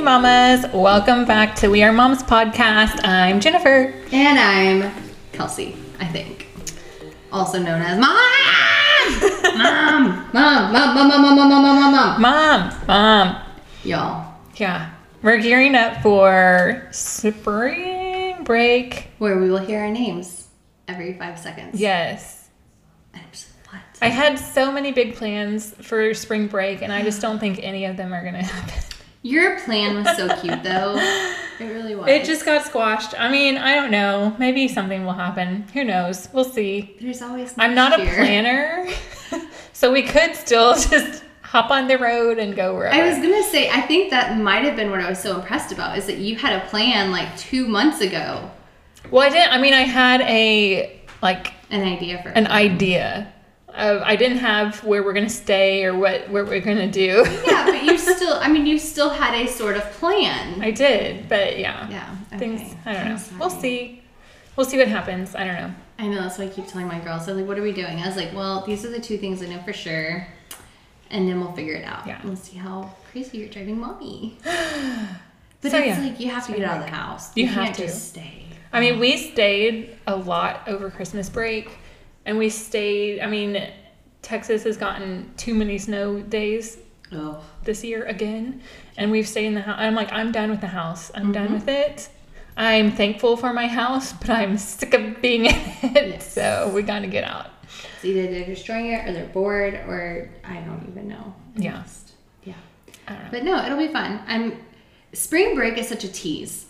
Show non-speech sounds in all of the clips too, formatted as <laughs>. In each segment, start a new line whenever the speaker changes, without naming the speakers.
mamas. Welcome back to We Are Moms podcast. I'm Jennifer.
And I'm Kelsey, I think. Also known as Mom! mom! Mom! Mom! Mom! Mom! Mom! Mom! Mom! Mom! Mom!
Mom, mom.
Y'all,
Yeah. We're gearing up for spring break.
where we will hear our names every five seconds.
Yes.
And I'm just like, what?
I had so many big plans for spring break, and I just don't think any of them are going to happen.
Your plan was so
<laughs>
cute, though. It really was.
It just got squashed. I mean, I don't know. Maybe something will happen. Who knows? We'll see.
There's always.
I'm not a
next year.
planner, <laughs> so we could still <laughs> just hop on the road and go wherever.
<laughs> I was gonna say, I think that might have been what I was so impressed about is that you had a plan like two months ago,
Well, I didn't. I mean, I had a like
an idea for.
an idea. Of, I didn't have where we're gonna stay or what what we're gonna do.
yeah, but you still, I mean, you still had a sort of plan.
<laughs> I did, but yeah,
yeah. Okay.
things. I don't
I'm
know.
sorry.
We'll see. We'll see what happens. I don't know.
I know that's why I keep telling my girls. They're like, "What are we doing?" I was like, "Well, these are the two things I know for sure, and then we'll figure it out.
Yeah.
We'll see how crazy you're driving,
<gasps>
mommy." But
So,
it's
yeah.
like you have to get out of the house.
You have
can't
to.
just stay.
I mean, we stayed a lot over Christmas break, and we stayed. I mean, Texas has gotten too many snow days
Oh,
this year again, and we've stayed in the house. I'm like, I'm done with the house. I'm done with it. I'm thankful for my house, but I'm sick of being in it.
Yes.
So we gotta get out.
it's either they're destroying it, or they're bored, or I don't even know. I'm
Yeah.
just- yeah.
I don't know.
But no, it'll be fun. I'm. Spring break is such a tease.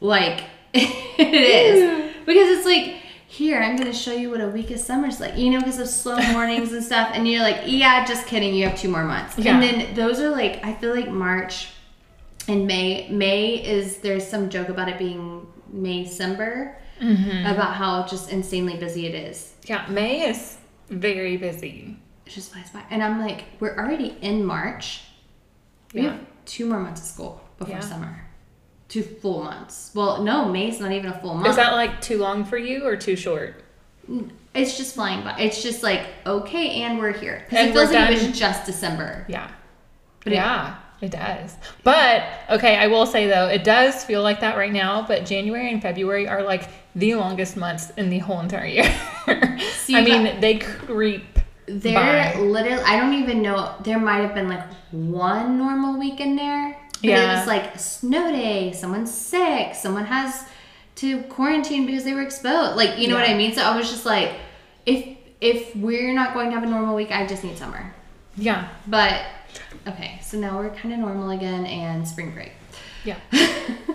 Like <laughs> it is because it's like here I'm gonna show you what a week of summer's like. You know, because of slow mornings and stuff, and you're like, yeah, just kidding. You have two more months,
Yeah.
and then those are like I feel like March and May. May is there's some joke about it being May December about how just insanely busy it is.
Yeah, May is very busy.
It just flies by, and I'm like, we're already in March. We
Yeah.
have two more months of school before
Yeah.
summer. Two full months. Well, no, May's not even a full month.
Is that like too long for you or too short?
it's just flying by. It's just like, okay, and we're here. Because
And
it feels
we're
like it
done.
was just December.
Yeah.
But it-
yeah, it, does. But okay, I will say though, it does feel like that right now, but January and February are like the longest months in the whole entire year. <laughs>
See,
I
but-
mean, they creep.
There
by.
literally, I don't even know. There might have been like one normal week in there. But
Yeah.
It was like snow day, someone's sick, someone has to quarantine because they were exposed. Like, you know what
Yeah.
I mean? So I was just like, if if we're not going to have a normal week, I just need summer.
Yeah.
But okay, so now we're kind of normal again and spring break.
Yeah. <laughs>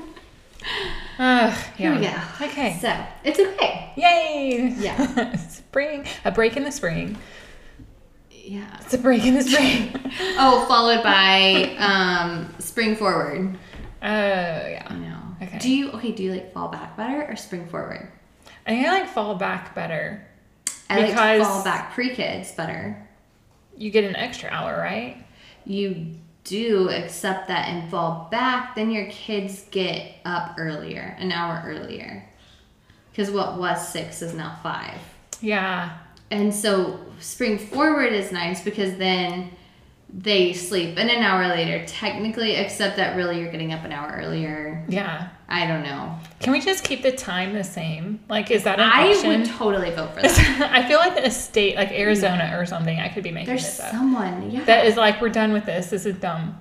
Ugh,
Here
yeah.
we go.
Okay.
So it's okay.
Yay! <laughs>
Yeah.
spring. A break in the spring.
Yeah.
It's a break in the
<laughs>
spring.
Oh, followed by um, spring forward.
Oh, yeah.
I know.
Okay.
Do you okay? Do you like fall back better or spring forward?
I think I like fall back better.
I like
Because-
to fall back pre kids better.
You get an extra hour, right?
You do accept that and fall back, then your kids get up earlier, an hour earlier. Because what was six is now five.
Yeah.
And so spring forward is nice because then they sleep in an hour later, technically, except that really you're getting up an hour earlier.
Yeah.
I don't know.
Can we just keep the time the same? Like, is that an
I
option?
would totally vote for that.
<laughs> I feel like in a state like Arizona or something, I could be making
There's
this up.
someone, yeah.
that is like, we're done with this. This is dumb.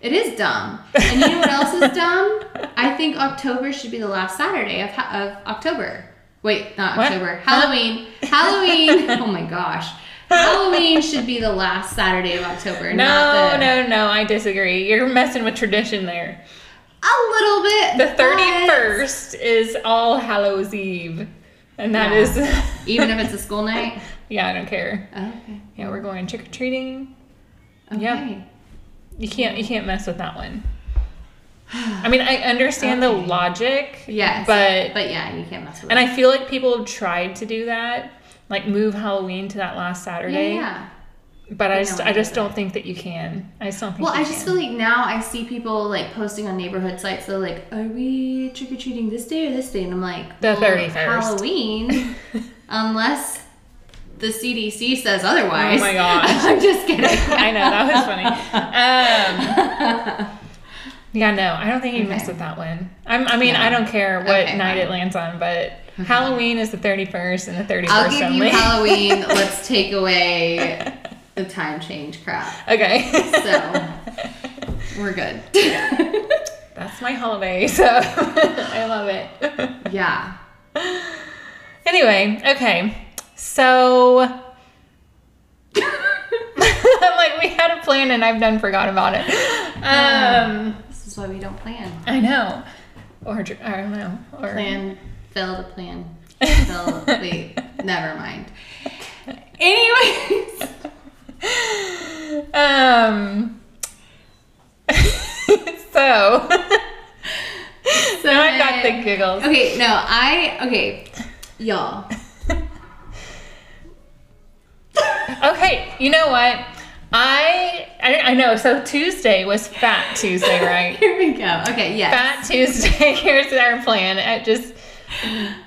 it is dumb. And you know what else is dumb? I think October should be the last Saturday of, of October. Wait, not
What?
October. Halloween.
<laughs>
Halloween. oh my gosh. Halloween should be the last Saturday of October.
No,
not the,
no, no. I disagree. You're messing with tradition there.
A little bit.
The
but-
31st is All Hallows Eve. And that
Yeah. E-
is, <laughs>
Even if it's a school night?
yeah, I don't care.
Okay.
Yeah, we're going trick or treating.
Okay.
Yeah. You can't you can't mess with that one. I mean, I understand the
Okay.
logic.
Yes.
But
but yeah, you can't mess with
and
it.
I feel like people have tried to do that, like move Halloween to that last
yeah,
Saturday.
yeah.
But I
No,
just
I
I
get
just
that.
don't think that you can. I just don't think
Well,
you
I just
can.
feel like now I see people like posting on neighborhood sites. They're like, "Are we trick or treating this day or this day?" And I'm like,
The
"Well,
31st." <laughs>
Halloween, unless the CDC says otherwise."
Oh my
<laughs>
gosh. <laughs>
I'm just kidding.
I know that was funny. Um, Yeah, no, I don't think you
Okay.
messed with that one. I'm, I mean,
No.
I don't care what
Okay,
night
fine.
it lands on, but Halloween is the 31st and the 31st
<laughs> I'll give
only. <laughs>
you Halloween. Let's take away the time change crap.
okay,
So we're good.
<laughs>
<laughs>
that's my holiday, so <laughs> I love it.
yeah.
Anyway, okay, so <laughs> I'm like, we had a plan and I've done forgot about it. Um,
This is why we don't plan.
I know, or I don't know, or <laughs>
Plan, fail to plan. Fail, wait, never mind. Anyways.
Um. <laughs> so. <laughs> so I got the giggles.
Okay, no, I, okay, y'all.
Okay, you know what? I I, I know. So Tuesday was Fat Tuesday, right?
<laughs> Here we go. Okay, yes.
Fat Tuesday. <laughs> Here's our plan. It just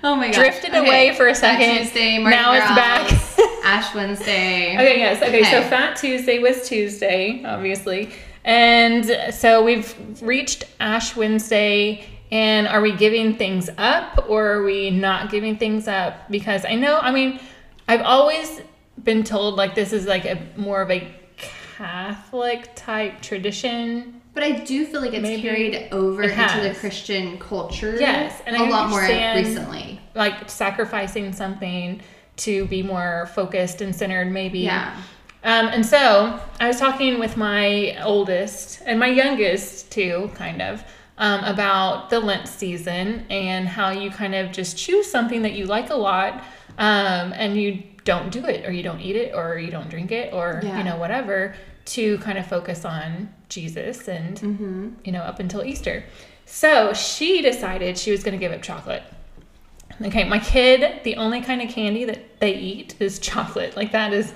Oh my gosh.
drifted
Okay,
away for a
Fat
second.
Tuesday, Mardi
now it's
Gras,
back. <laughs>
Ash Wednesday.
Okay, yes. Okay, so
Okay.
Fat Tuesday was Tuesday, obviously. And so we've reached Ash Wednesday. And are we giving things up or are we not giving things up? Because I know, I mean, I've always been told like this is like a more of a Catholic type tradition.
But I do feel like it's
Maybe
carried over
it
into the
has.
Christian culture
Yes, and
and
I
a lot more
understand-
recently.
like sacrificing something to be more focused and centered maybe
Yeah.
um, and so i was talking with my oldest and my youngest too kind of um, about the lent season and how you kind of just choose something that you like a lot um, and you don't do it or you don't eat it or you don't drink it or
Yeah.
you know whatever to kind of focus on jesus and
Mm-hmm.
you know up until easter so she decided she was going to give up chocolate Okay, my kid, the only kind of candy that they eat is chocolate. Like that is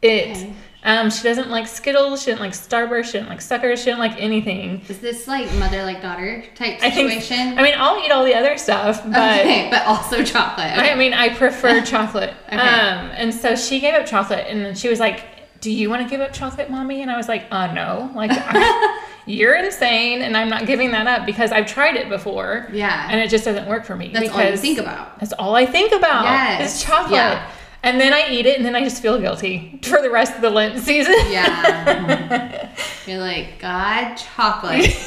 it.
Okay.
Um, she doesn't like Skittles. She didn't like Starburst. She didn't like Suckers. She didn't like anything.
Is this like mother like daughter type
I think.
situation?
I mean, I'll eat all the other stuff, but
okay, but also chocolate. <laughs>
I mean, I prefer chocolate.
Okay.
Um, and so she gave up chocolate, and then she was like, "Do you want to give up chocolate, mommy?" And I was like, "Uh, no.
<laughs>
Like, I- you're insane, and I'm not giving that up because I've tried it before.
Yeah.
and it just doesn't work for me.
That's all
because
you think about.
That's all I think about
Yes.
is chocolate."
Yeah.
And then I eat it, and then I just feel guilty for the rest of the Lent season.
Yeah. You're like, God, chocolate.
<laughs>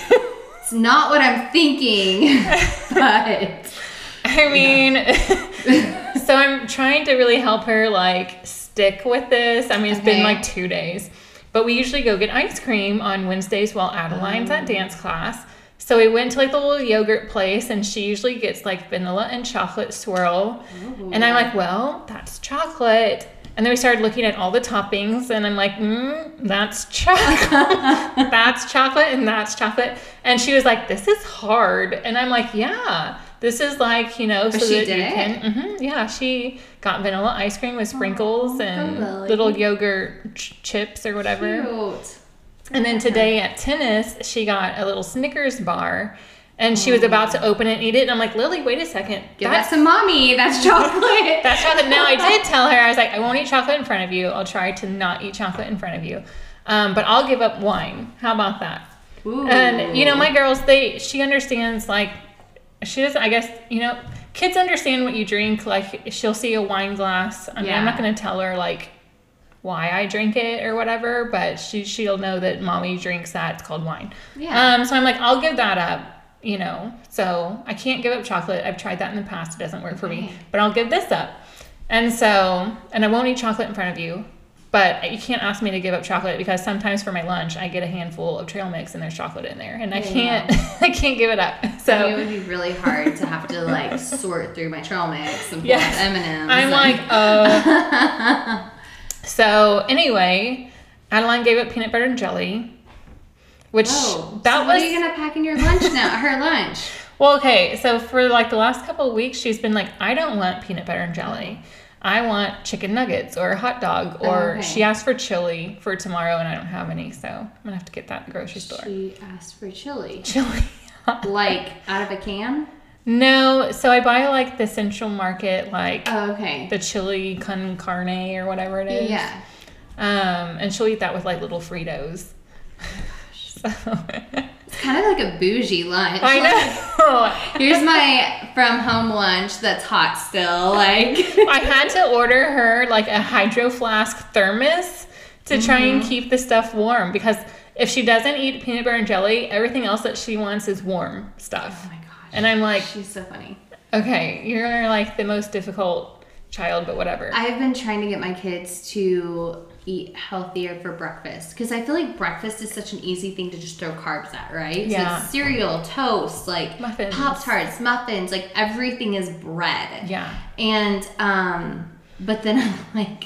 it's not what I'm thinking, but
<laughs> I mean, so I'm trying to really help her like stick with this. I mean, it's been
Okay.
like two days, but we usually go get ice cream on Wednesdays while Adeline's at dance class. So we went to like the little yogurt place, and she usually gets like vanilla and chocolate swirl. And I'm like, well, that's chocolate. And then we started looking at all the toppings, and I'm like, mm, that's chocolate. that's chocolate, and that's chocolate. And she was like, this is hard. And I'm like, yeah, this is like, you know, so
Oh, she
that
did
you
it?
can. hmm yeah, she got vanilla ice cream with sprinkles and
Lily.
little yogurt ch- chips or whatever.
cute.
And then today at tennis, she got a little Snickers bar. And she was about to open it and eat it. And I'm like, Lily, wait a second.
Give
that's
<laughs> that to mommy. That's
<laughs>
chocolate.
that's chocolate. Now I did tell her I was like, I won't eat chocolate in front of you. I'll try to not eat chocolate in front of you, um, but I'll give up wine. How about that?
Ooh.
And you know, my girls, they she understands like she doesn't. I guess you know, kids understand what you drink. Like she'll see a wine glass. I mean, I'm not
Yeah.
gonna tell her like why I drink it or whatever, but she she'll know that mommy drinks that. It's called wine.
Yeah.
Um. So I'm like, I'll give that up. You know, so I can't give up chocolate. I've tried that in the past. It doesn't work for me. But I'll give this up. And so, and I won't eat chocolate in front of you. But you can't ask me to give up chocolate because sometimes for my lunch I get a handful of trail mix and there's chocolate in there, and I
Yeah,
can't, <laughs> I can't give it up.
I mean, it
So
would be really hard to have to like sort through my trail mix and pull
Yes.
out M&Ms.
I'm
and-
like, oh.
<laughs>
so anyway, Adeline gave up peanut butter and jelly, which
oh,
that
so
was
What are you gonna pack in your
<laughs>
lunch now? Her lunch.
well. Okay, so for like the last couple of weeks, she's been like, I don't want peanut butter and jelly. I want chicken nuggets or a hot dog, or
Oh, Okay.
she asked for chili for tomorrow, and I don't have any, so I'm gonna have to get that at the grocery store.
She asked for chili,
<laughs> Chili.
like out of a can.
No, so I buy like the Central Market, like
Oh, okay.
the chili con carne or whatever it is.
Yeah.
<laughs> Um, and she'll eat that with like little Fritos. so,
kind of like a bougie lunch.
I
Like,
know.
Here's my from home lunch that's hot still.
<laughs>
Like,
I had to order her like a hydro flask thermos to try and keep the stuff warm because if she doesn't eat peanut butter and jelly, everything else that she wants is warm
oh
stuff.
my gosh.
And I'm like,
she's so funny.
okay, you're like the most difficult child, but whatever.
I've been trying to get my kids to eat healthier for breakfast because I feel like breakfast is such an easy thing to just throw carbs at, right? So
Yeah.
it's cereal, toast, like
Muffins.
Pop Tarts, muffins, like everything is bread.
yeah.
And um but then <laughs> I'm like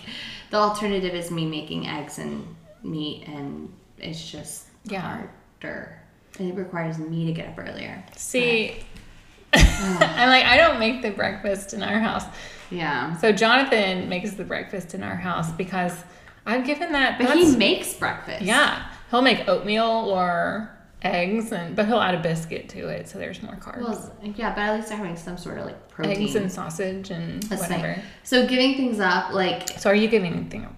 the alternative is me making eggs and meat and it's just
Yeah.
harder. And it requires me to get up earlier.
See, <laughs> I'm like, I don't make the breakfast in our house.
Yeah.
So Jonathan makes the breakfast in our house because I've given that.
But
that's-
he makes breakfast.
yeah, he'll make oatmeal or eggs, and but he'll add a biscuit to it, so there's more carbs.
Well, yeah, but at least they're having some sort of like protein.
eggs and sausage and
That's nice.
whatever.
So giving things up, like
So are you giving anything up?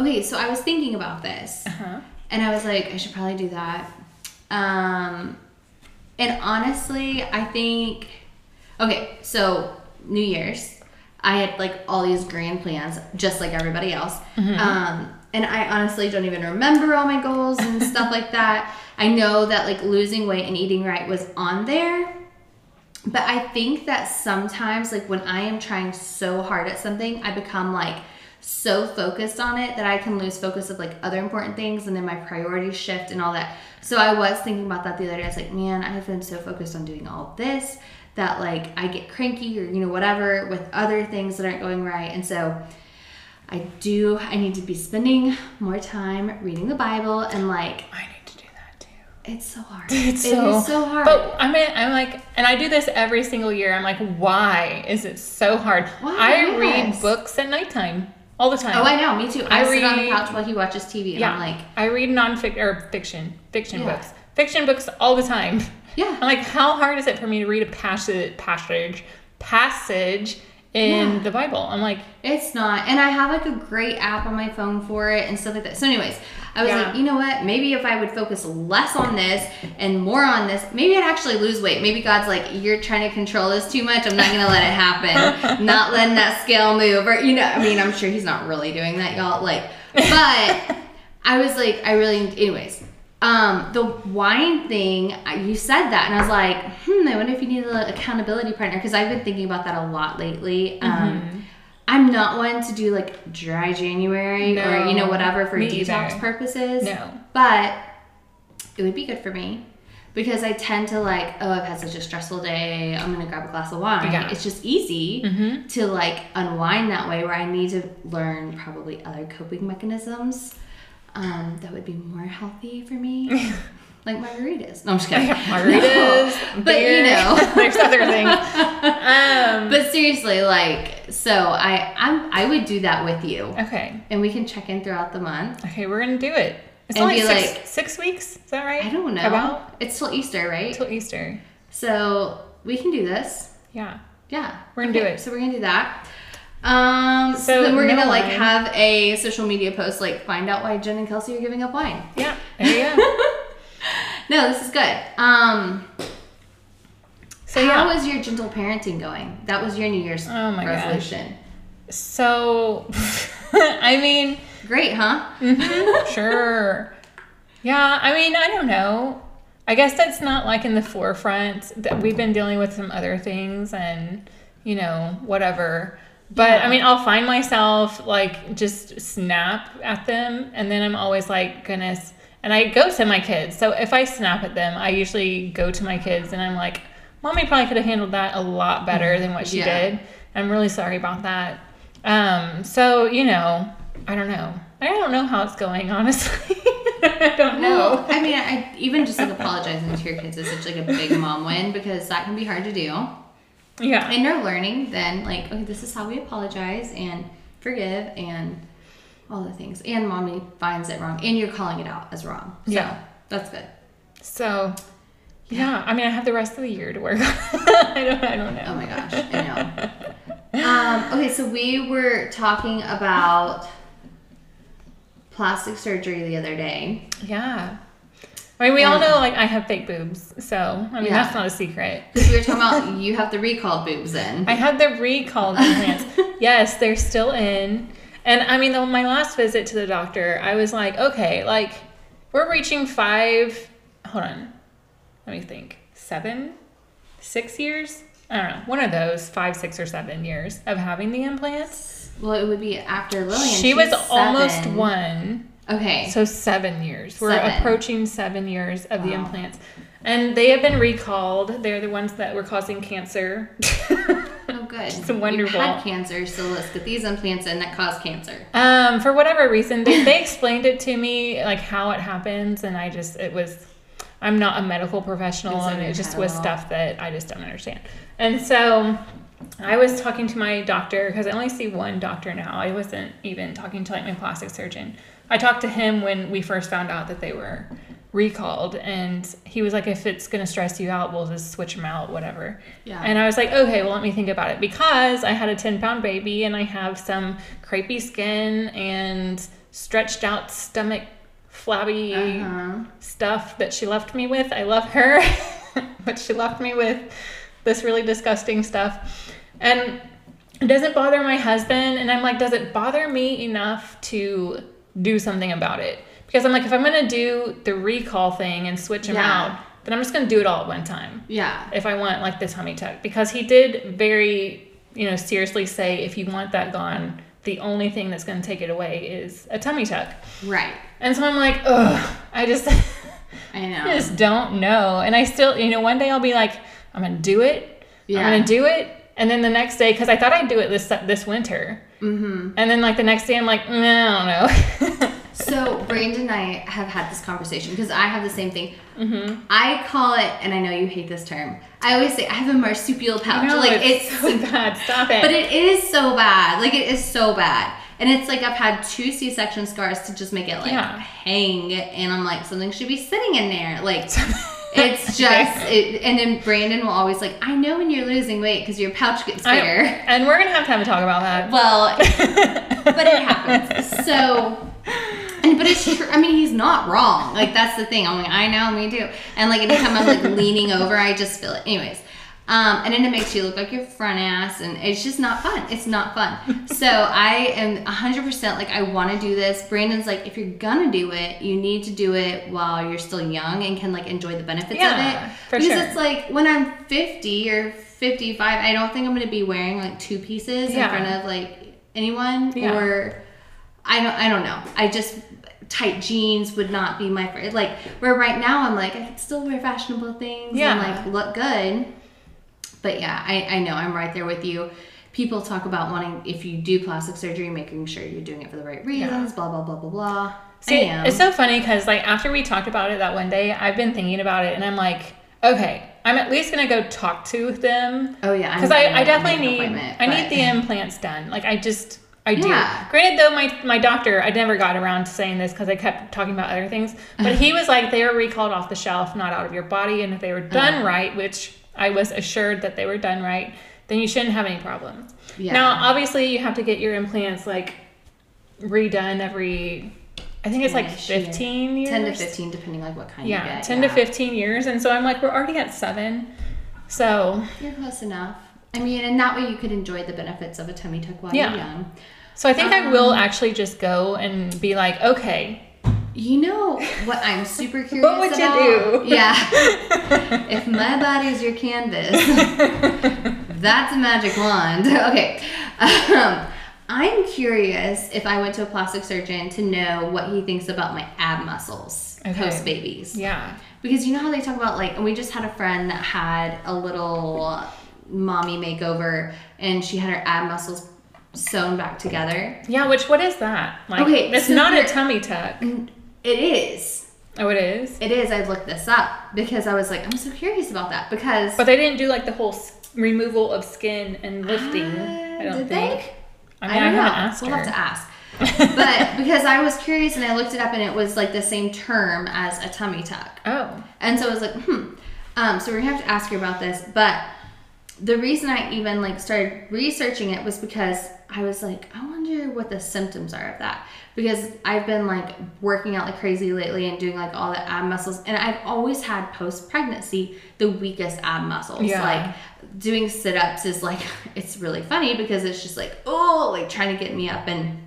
okay, so I was thinking about this,
Uh-huh.
and I was like, I should probably do that. Um, and honestly, I think okay, so New Year's, I had like all these grand plans, just like everybody else. Um, and I honestly don't even remember all my goals and stuff like that. I know that like losing weight and eating right was on there. But I think that sometimes, like when I am trying so hard at something, I become like so focused on it that I can lose focus of like other important things and then my priorities shift and all that. So I was thinking about that the other day. I was like, man, I've been so focused on doing all this that like I get cranky or you know, whatever with other things that aren't going right. And so I do, I need to be spending more time reading the Bible and like,
I need to do that too.
it's so hard.
<laughs> It's
It
so,
is so hard.
But I mean, I'm like, and I do this every single year. I'm like, why is it so hard?
Why?
I
Yes.
read books at nighttime all the time.
Oh, I know. Me too. I,
I
sit on the
read-
couch while he watches TV, and
yeah,
I'm like,
I read nonfiction or fiction, fiction
Yeah.
books, fiction books all the time. I'm
<laughs> yeah,
like, how hard is it for me to read a passage, passage, passage in
Yeah.
the Bible? I'm
<laughs>
like,
it's not. And I have like a great app on my phone for it and stuff like that. So, anyways, I was
Yeah.
like, you know what? Maybe if I would focus less on this and more on this, maybe I'd actually lose weight. Maybe God's like, you're trying to control this too much. I'm not gonna let it happen. not letting that scale move, or you know, I mean, I'm sure he's not really doing that, y'all. Like, but I was like, I really, anyways. Um, the wine thing, I- you said that, and I was like, hmm, I wonder if you need an accountability partner because I've been thinking about that a lot lately. Um, I'm not one to do like dry January or you know
No,
whatever for
me
detox
either.
purposes.
No.
but it would be good for me because I tend to like, oh, I've had such a stressful day. I'm gonna grab a glass of wine.
Yeah. Mm-hmm.
It's just easy to like unwind that way. Where I need to learn probably other coping mechanisms um, that would be more healthy
<laughs>
for me, like margaritas. No, I'm just kidding.
margaritas,
No. <laughs> but
beer.
you know.
<laughs> there's other
<laughs>
things. Um,
But seriously, like, so I I'm, I would do that with you,
okay,
and we can check in throughout the month.
okay, we're gonna do it. It's
And
only
be
six,
like-
six weeks. Is that right?
I don't know.
About
It's till Easter, right?
till Easter.
So we can do this.
Yeah.
Yeah,
We're gonna do it.
So we're gonna do that. Um, so,
So
then we're gonna
no
like
wine.
have a social media post, like find out why Jen and Kelsey are giving up wine.
Yeah. There you
<laughs>
go.
No, this is good. Um,
So yeah.
how is your gentle parenting going? That was your New Year's
Oh my gosh.
resolution.
so <laughs> I mean,
Great, huh?
Mm-hmm. <laughs> sure. Yeah, I mean, I don't know. I guess that's not like in the forefront that we've been dealing with some other things and, you know, whatever. But I mean, I'll find myself like just snap at them and then I'm always like, goodness. And I go to my kids. So if I snap at them, I usually go to my kids and I'm like, mommy probably could have handled that a lot better than what she
Yeah.
did. I'm really sorry about that. Um, so you know, I don't know. I don't know how it's going, <laughs> honestly. I don't
Well,
know.
I mean, I even just like apologizing to your kids is such like a big mom win because that can be hard to do.
Yeah.
And you're learning then, like, okay, this is how we apologize and forgive and all the things. And mommy finds it wrong, and you're calling it out as wrong. So
Yeah.
that's good.
So yeah, I mean, I have the rest of the year to work. on. <laughs> I don't. I don't
Oh
know.
my gosh, I know. um, okay, so we were talking about plastic surgery the other day,
Yeah. I mean, we all know like I have fake boobs, so I mean
Yeah.
that's not a secret.
Because we were
<laughs>
talking about you have the recalled boobs in.
I had the recalled
<laughs>
implants. yes, they're still in. And I mean, the, my last visit to the doctor, I was like, okay, like we're reaching five. Hold on, let me think. Seven, six years. I don't know. One of those five, six, or seven years of having the implants.
Well, it would be after Lillian.
She was
Oh, She's
almost
seven.
one.
Okay.
So seven years. We're
Seven.
approaching seven years of the
Wow.
implants. And they have been recalled. They're the ones that were causing
<laughs>
cancer.
oh, good. It's
wonderful.
You had cancer, so let's get these implants in that cause cancer.
um, for whatever reason, they, they explained it to me, like how it happens. And I just, it was, I'm not a medical professional.
It's
And
in
it
your
just
head
was
at all.
stuff that I just don't understand. And so I was talking to my doctor because I only see one doctor now. I wasn't even talking to like my plastic surgeon. I talked to him when we first found out that they were recalled, and he was like, "If it's gonna stress you out, we'll just switch them out, whatever."
Yeah.
And I was like, "Okay, well, let me think about it because I had a ten pound baby and I have some crepey skin and stretched out stomach, flabby
Uh-huh.
stuff that she left me with. I love her, <laughs> but she left me with this really disgusting stuff. And it doesn't bother my husband. And I'm like, does it bother me enough to do something about it? Because I'm like, if I'm going to do the recall thing and switch him
Yeah.
out, then I'm just going to do it all at one time
Yeah.
if I want like the tummy tuck because he did very, you know, seriously say if you want that gone, the only thing that's going to take it away is a tummy tuck.
Right.
And so I'm like, ugh, I just <laughs>
I know.
I just don't know. And I still, you know, one day I'll be like, I'm gonna do it.
Yeah.
I'm gonna do it. And then the next day, because I thought I'd do it this this winter. Mm-hmm. And then like the next day, I'm like, nah, I don't know. <laughs>
So Brandon and I have had this conversation because I have the same thing.
Mm-hmm.
I call it, and I know you hate this term. I always say I have a marsupial pouch.
No,
like it's, <laughs>
so bad. Stop it. <laughs>
but it is so bad. Like it is so bad. And it's like I've had two C-section scars to just make it like
Yeah.
hang, and I'm like something should be sitting in there. Like
<laughs>
it's just, it, and then Brandon will always like, I know when you're losing weight because your pouch gets
I-
bigger.
and we're gonna have to have a talk about that.
Well,
<laughs>
but it happens. So, and, but it's true. I mean, he's not wrong. Like that's the thing. I'm like, I know, me too. And like anytime
<laughs>
I'm like leaning over, I just feel it. Anyways, um, and then it makes you look like your front ass, and it's just not fun. It's not fun. So I am 100% like I want to do this. Brandon's like, if you're gonna do it, you need to do it while you're still young and can like enjoy the benefits
Yeah,
of it.
for
because
sure.
it's like when I'm 50 or 55, I don't think I'm gonna be wearing like two pieces
Yeah.
in front of like anyone
Yeah.
or I don't I don't know. I just tight jeans would not be my fir- like where right now I'm like I could still wear fashionable things
Yeah.
and like look good. But yeah, I, I know I'm right there with you. People talk about wanting if you do plastic surgery, making sure you're doing it for the right reasons, blah blah blah blah blah. I
See,
am.
it's so funny because like after we talked about it that one day, I've been thinking about it, and I'm like, okay, I'm at least gonna go talk to them.
oh yeah, I'm
because I,
gonna
I definitely
make
need
an
I
appointment,
need the implants done. Like I just I
Yeah.
do. Granted, though, my my doctor I never got around to saying this because I kept talking about other things. But
<laughs>
he was like, they were recalled off the shelf, not out of your body, and if they were done
Uh-huh.
right, which I was assured that they were done right, then you shouldn't have any problems.
Yeah.
Now, obviously, you have to get your implants like redone every. I think it's like
Ten-ish year.
15 years.
but ten to fifteen, depending like what kind.
Yeah,
you get,
10 to 15 years. And so I'm like, we're already at seven. So
You're close enough. I mean, and that way you could enjoy the benefits of a tummy tuck while
Yeah.
you're young.
So I think I will
Um,
actually just go and be like, okay,
You know what I'm super
<laughs>
curious
What would you do?
about? <laughs> Yeah.
<laughs>
if my body's your canvas, that's a magic wand. <laughs> Okay. Um, I'm curious if I went to a plastic surgeon to know what he thinks about my ab muscles
Okay.
post babies.
yeah,
Because you know how they talk about like, and we just had a friend that had a little mommy makeover, and she had her ab muscles sewn back together.
yeah. Which what is that? Like,
Okay,
it's
so Mm.
not a
you're-
tummy tuck.
And it is,
Oh, it is.
it is. I looked this up because I was like, I'm so curious about that because
But they didn't do like the whole s- removal of skin and lifting.
Uh,
I don't
did
think.
they?
I mean, I, haven't asked
We'll
her.
have
<laughs>
to ask. but because I was curious and I looked it up, and it was like the same term as a tummy tuck.
oh,
And so I was like, hmm. Um, so we're gonna have to ask her about this. But the reason I even like started researching it was because I was like, I wonder what the symptoms are of that because I've been like working out like crazy lately and doing like all the ab muscles, and I've always had post pregnancy the weakest ab muscles.
Yeah.
Like doing sit ups is like <laughs> it's really funny because it's just like oh like trying to get me up and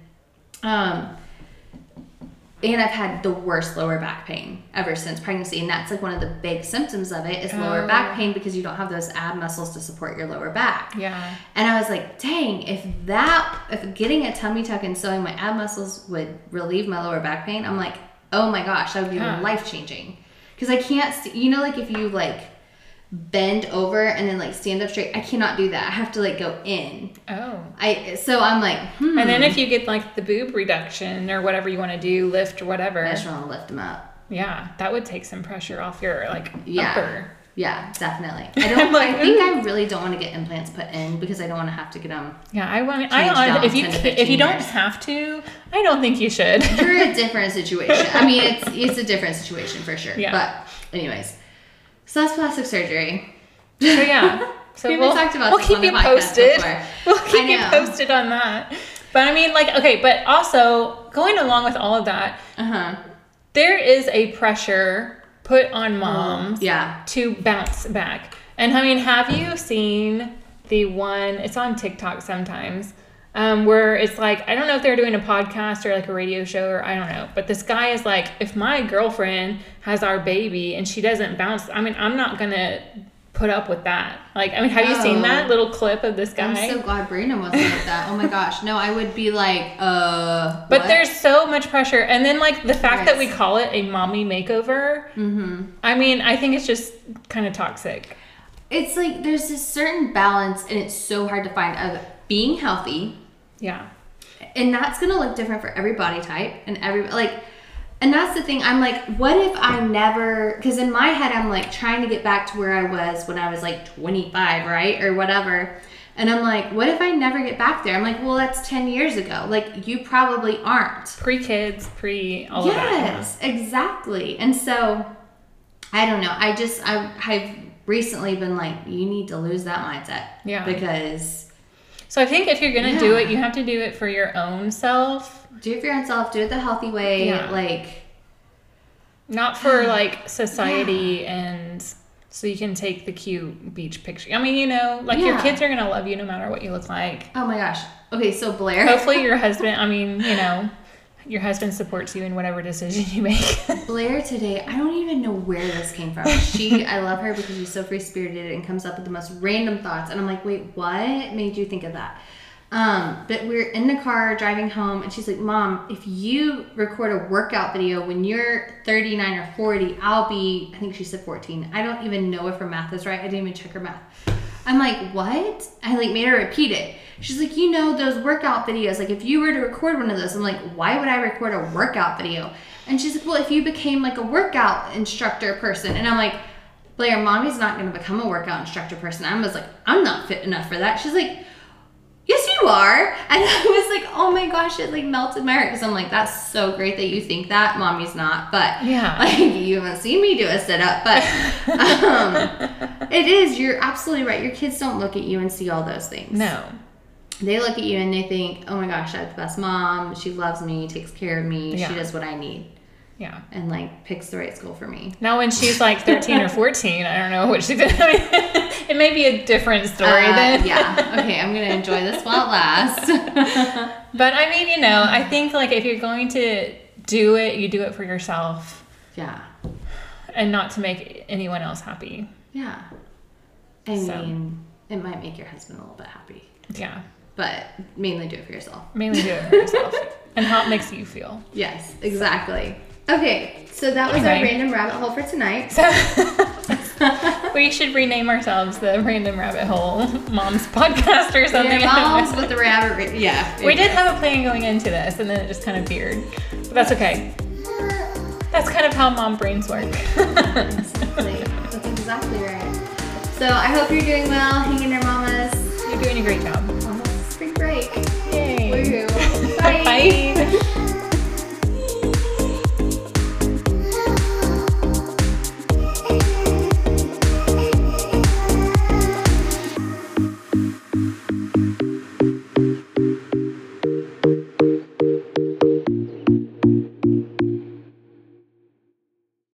um and I've had the worst lower back pain ever since pregnancy. And that's like one of the big symptoms of it is lower
Oh.
back pain because you don't have those ab muscles to support your lower back.
Yeah.
And I was like, dang, if that, if getting a tummy tuck and sewing my ab muscles would relieve my lower back pain, I'm like, oh my gosh, that would be
Yeah.
life changing. Because I can't, st- you know, like if you like bend over and then like stand up straight, I cannot do that. I have to like go in.
Oh.
I so I'm like, hmm.
And then if you get like the boob reduction or whatever you want to do, lift or whatever,
I just want to lift them up.
yeah, that would take some pressure off your like
Yeah.
upper.
Yeah,
<laughs>
definitely. I don't.
I'm like,
I think
ooh.
I really don't want to get implants put in because I don't want to have to get them.
Yeah, I want.
Change
I
down
on, if you
10 to
ca- if you
15
don't
years.
have to, I don't think you should. <laughs>
You're a different situation. I mean, it's it's a different situation for sure.
Yeah.
But anyways, so that's plastic surgery.
So
<laughs>
yeah. So
We
we
haven't
will
talked about
we'll
this
keep
on the
you
podcast
posted.
before.
<laughs> We'll keep you
know.
posted on that. But I mean, like, okay, but also going along with all of that,
Uh
Uh-huh.
huh.
there is a pressure put
Mm-hmm.
on moms
Yeah.
to bounce back. And I mean, have you seen the one? It's on TikTok sometimes. Um, where it's like I don't know if they're doing a podcast or like a radio show or I don't know, but this guy is like, if my girlfriend has our baby and she doesn't bounce, I mean, I'm not gonna put up with that. Like, I mean, have you
Oh.
seen that little clip of this
I'm
guy?
so glad Brandon wasn't like that. Oh my gosh. No, I would be like, uh.
but
what?
there's so much pressure, and then like the fact that we
Yes. Mm-hmm.
call it a mommy makeover. I mean, I think it's just kind of toxic.
It's like there's this certain balance, and it's so hard to find of being healthy,
Yeah.
and that's gonna look different for every body type and every like and that's the thing i'm like what if i never because in my head i'm like trying to get back to where i was when i was like 25 right or whatever and i'm like what if i never get back there i'm like well that's 10 years ago like you probably aren't
pre kids, pre all of that.
yes exactly and so i don't know i just I, i've recently been like you need to lose that mindset
Yeah.
because
So I think if you're gonna do
Yeah.
it, you have to do it for your own self,
do it for yourself do it the healthy way
Yeah.
like
not
<sighs>
for like society and so you can take the cute beach picture. I mean, you know, like your
Yeah.
kids are gonna love you no matter what you look like.
Oh my gosh. Okay, so Blair.
Hopefully, your husband. I mean, you know, your husband supports you in whatever decision you make. <laughs>
Blair today, I don't even know where this came from. She, I love her because she's so free spirited and comes up with the most random thoughts. And I'm like, wait, what made you think of that? Um, but we're in the car driving home, and she's like, Mom, if you record a workout video when you're 39 or 40, I'll be, I think she said 14. I don't even know if her math is right. I didn't even check her math. I'm like, what? I like made her repeat it. She's like, you know, those workout videos. Like, if you were to record one of those, I'm like, why would I record a workout video? And she's like, well, if you became like a workout instructor person. And I'm like, Blair, mommy's not going to become a workout instructor person. I was like, I'm not fit enough for that. She's like, yes, you are. <laughs> And I was like, oh my gosh, it like melted my heart. Cause I'm like, that's so great that you think that. Mommy's not. But
Yeah.
<laughs> like, you haven't seen me do a sit up. But um, it is. You're absolutely right. Your kids don't look at you and see all those things.
no.
They look at you and they think, oh my gosh, I have the best mom. She loves me, takes care of me.
Yeah.
She does what I need
Yeah.
and like picks the right school for me.
Now, when she's like 13 or 14, I don't know what she's gonna. <laughs> I mean, it may be a different story
Uh,
then. <laughs>
yeah. Okay, I'm going to enjoy this while it lasts.
But I mean, you know, I think like if you're going to do it, you do it for yourself
<laughs> yeah.
and not to make anyone else happy.
Yeah. I
So.
mean, it might make your husband a little bit happy,
Yeah.
but mainly do it for yourself.
Mainly do it for yourself. and how it makes you feel. <laughs>
Yes, exactly. Okay, so that was our
Anyway.
random rabbit hole for
<laughs>
tonight.
So we should rename ourselves the Random Rabbit Hole Moms Podcast or something.
Your moms with the rabbit. ra- yeah.
<laughs> We did have a plan going into this and then it just kind of veered. But that's okay. That's kind of how mom brains work. <laughs>
Exactly. That's exactly right. So I hope you're doing well, hanging in your mamas
You're doing a great job.
on this spring break.
Yay.
Woohoo.
<laughs> Bye.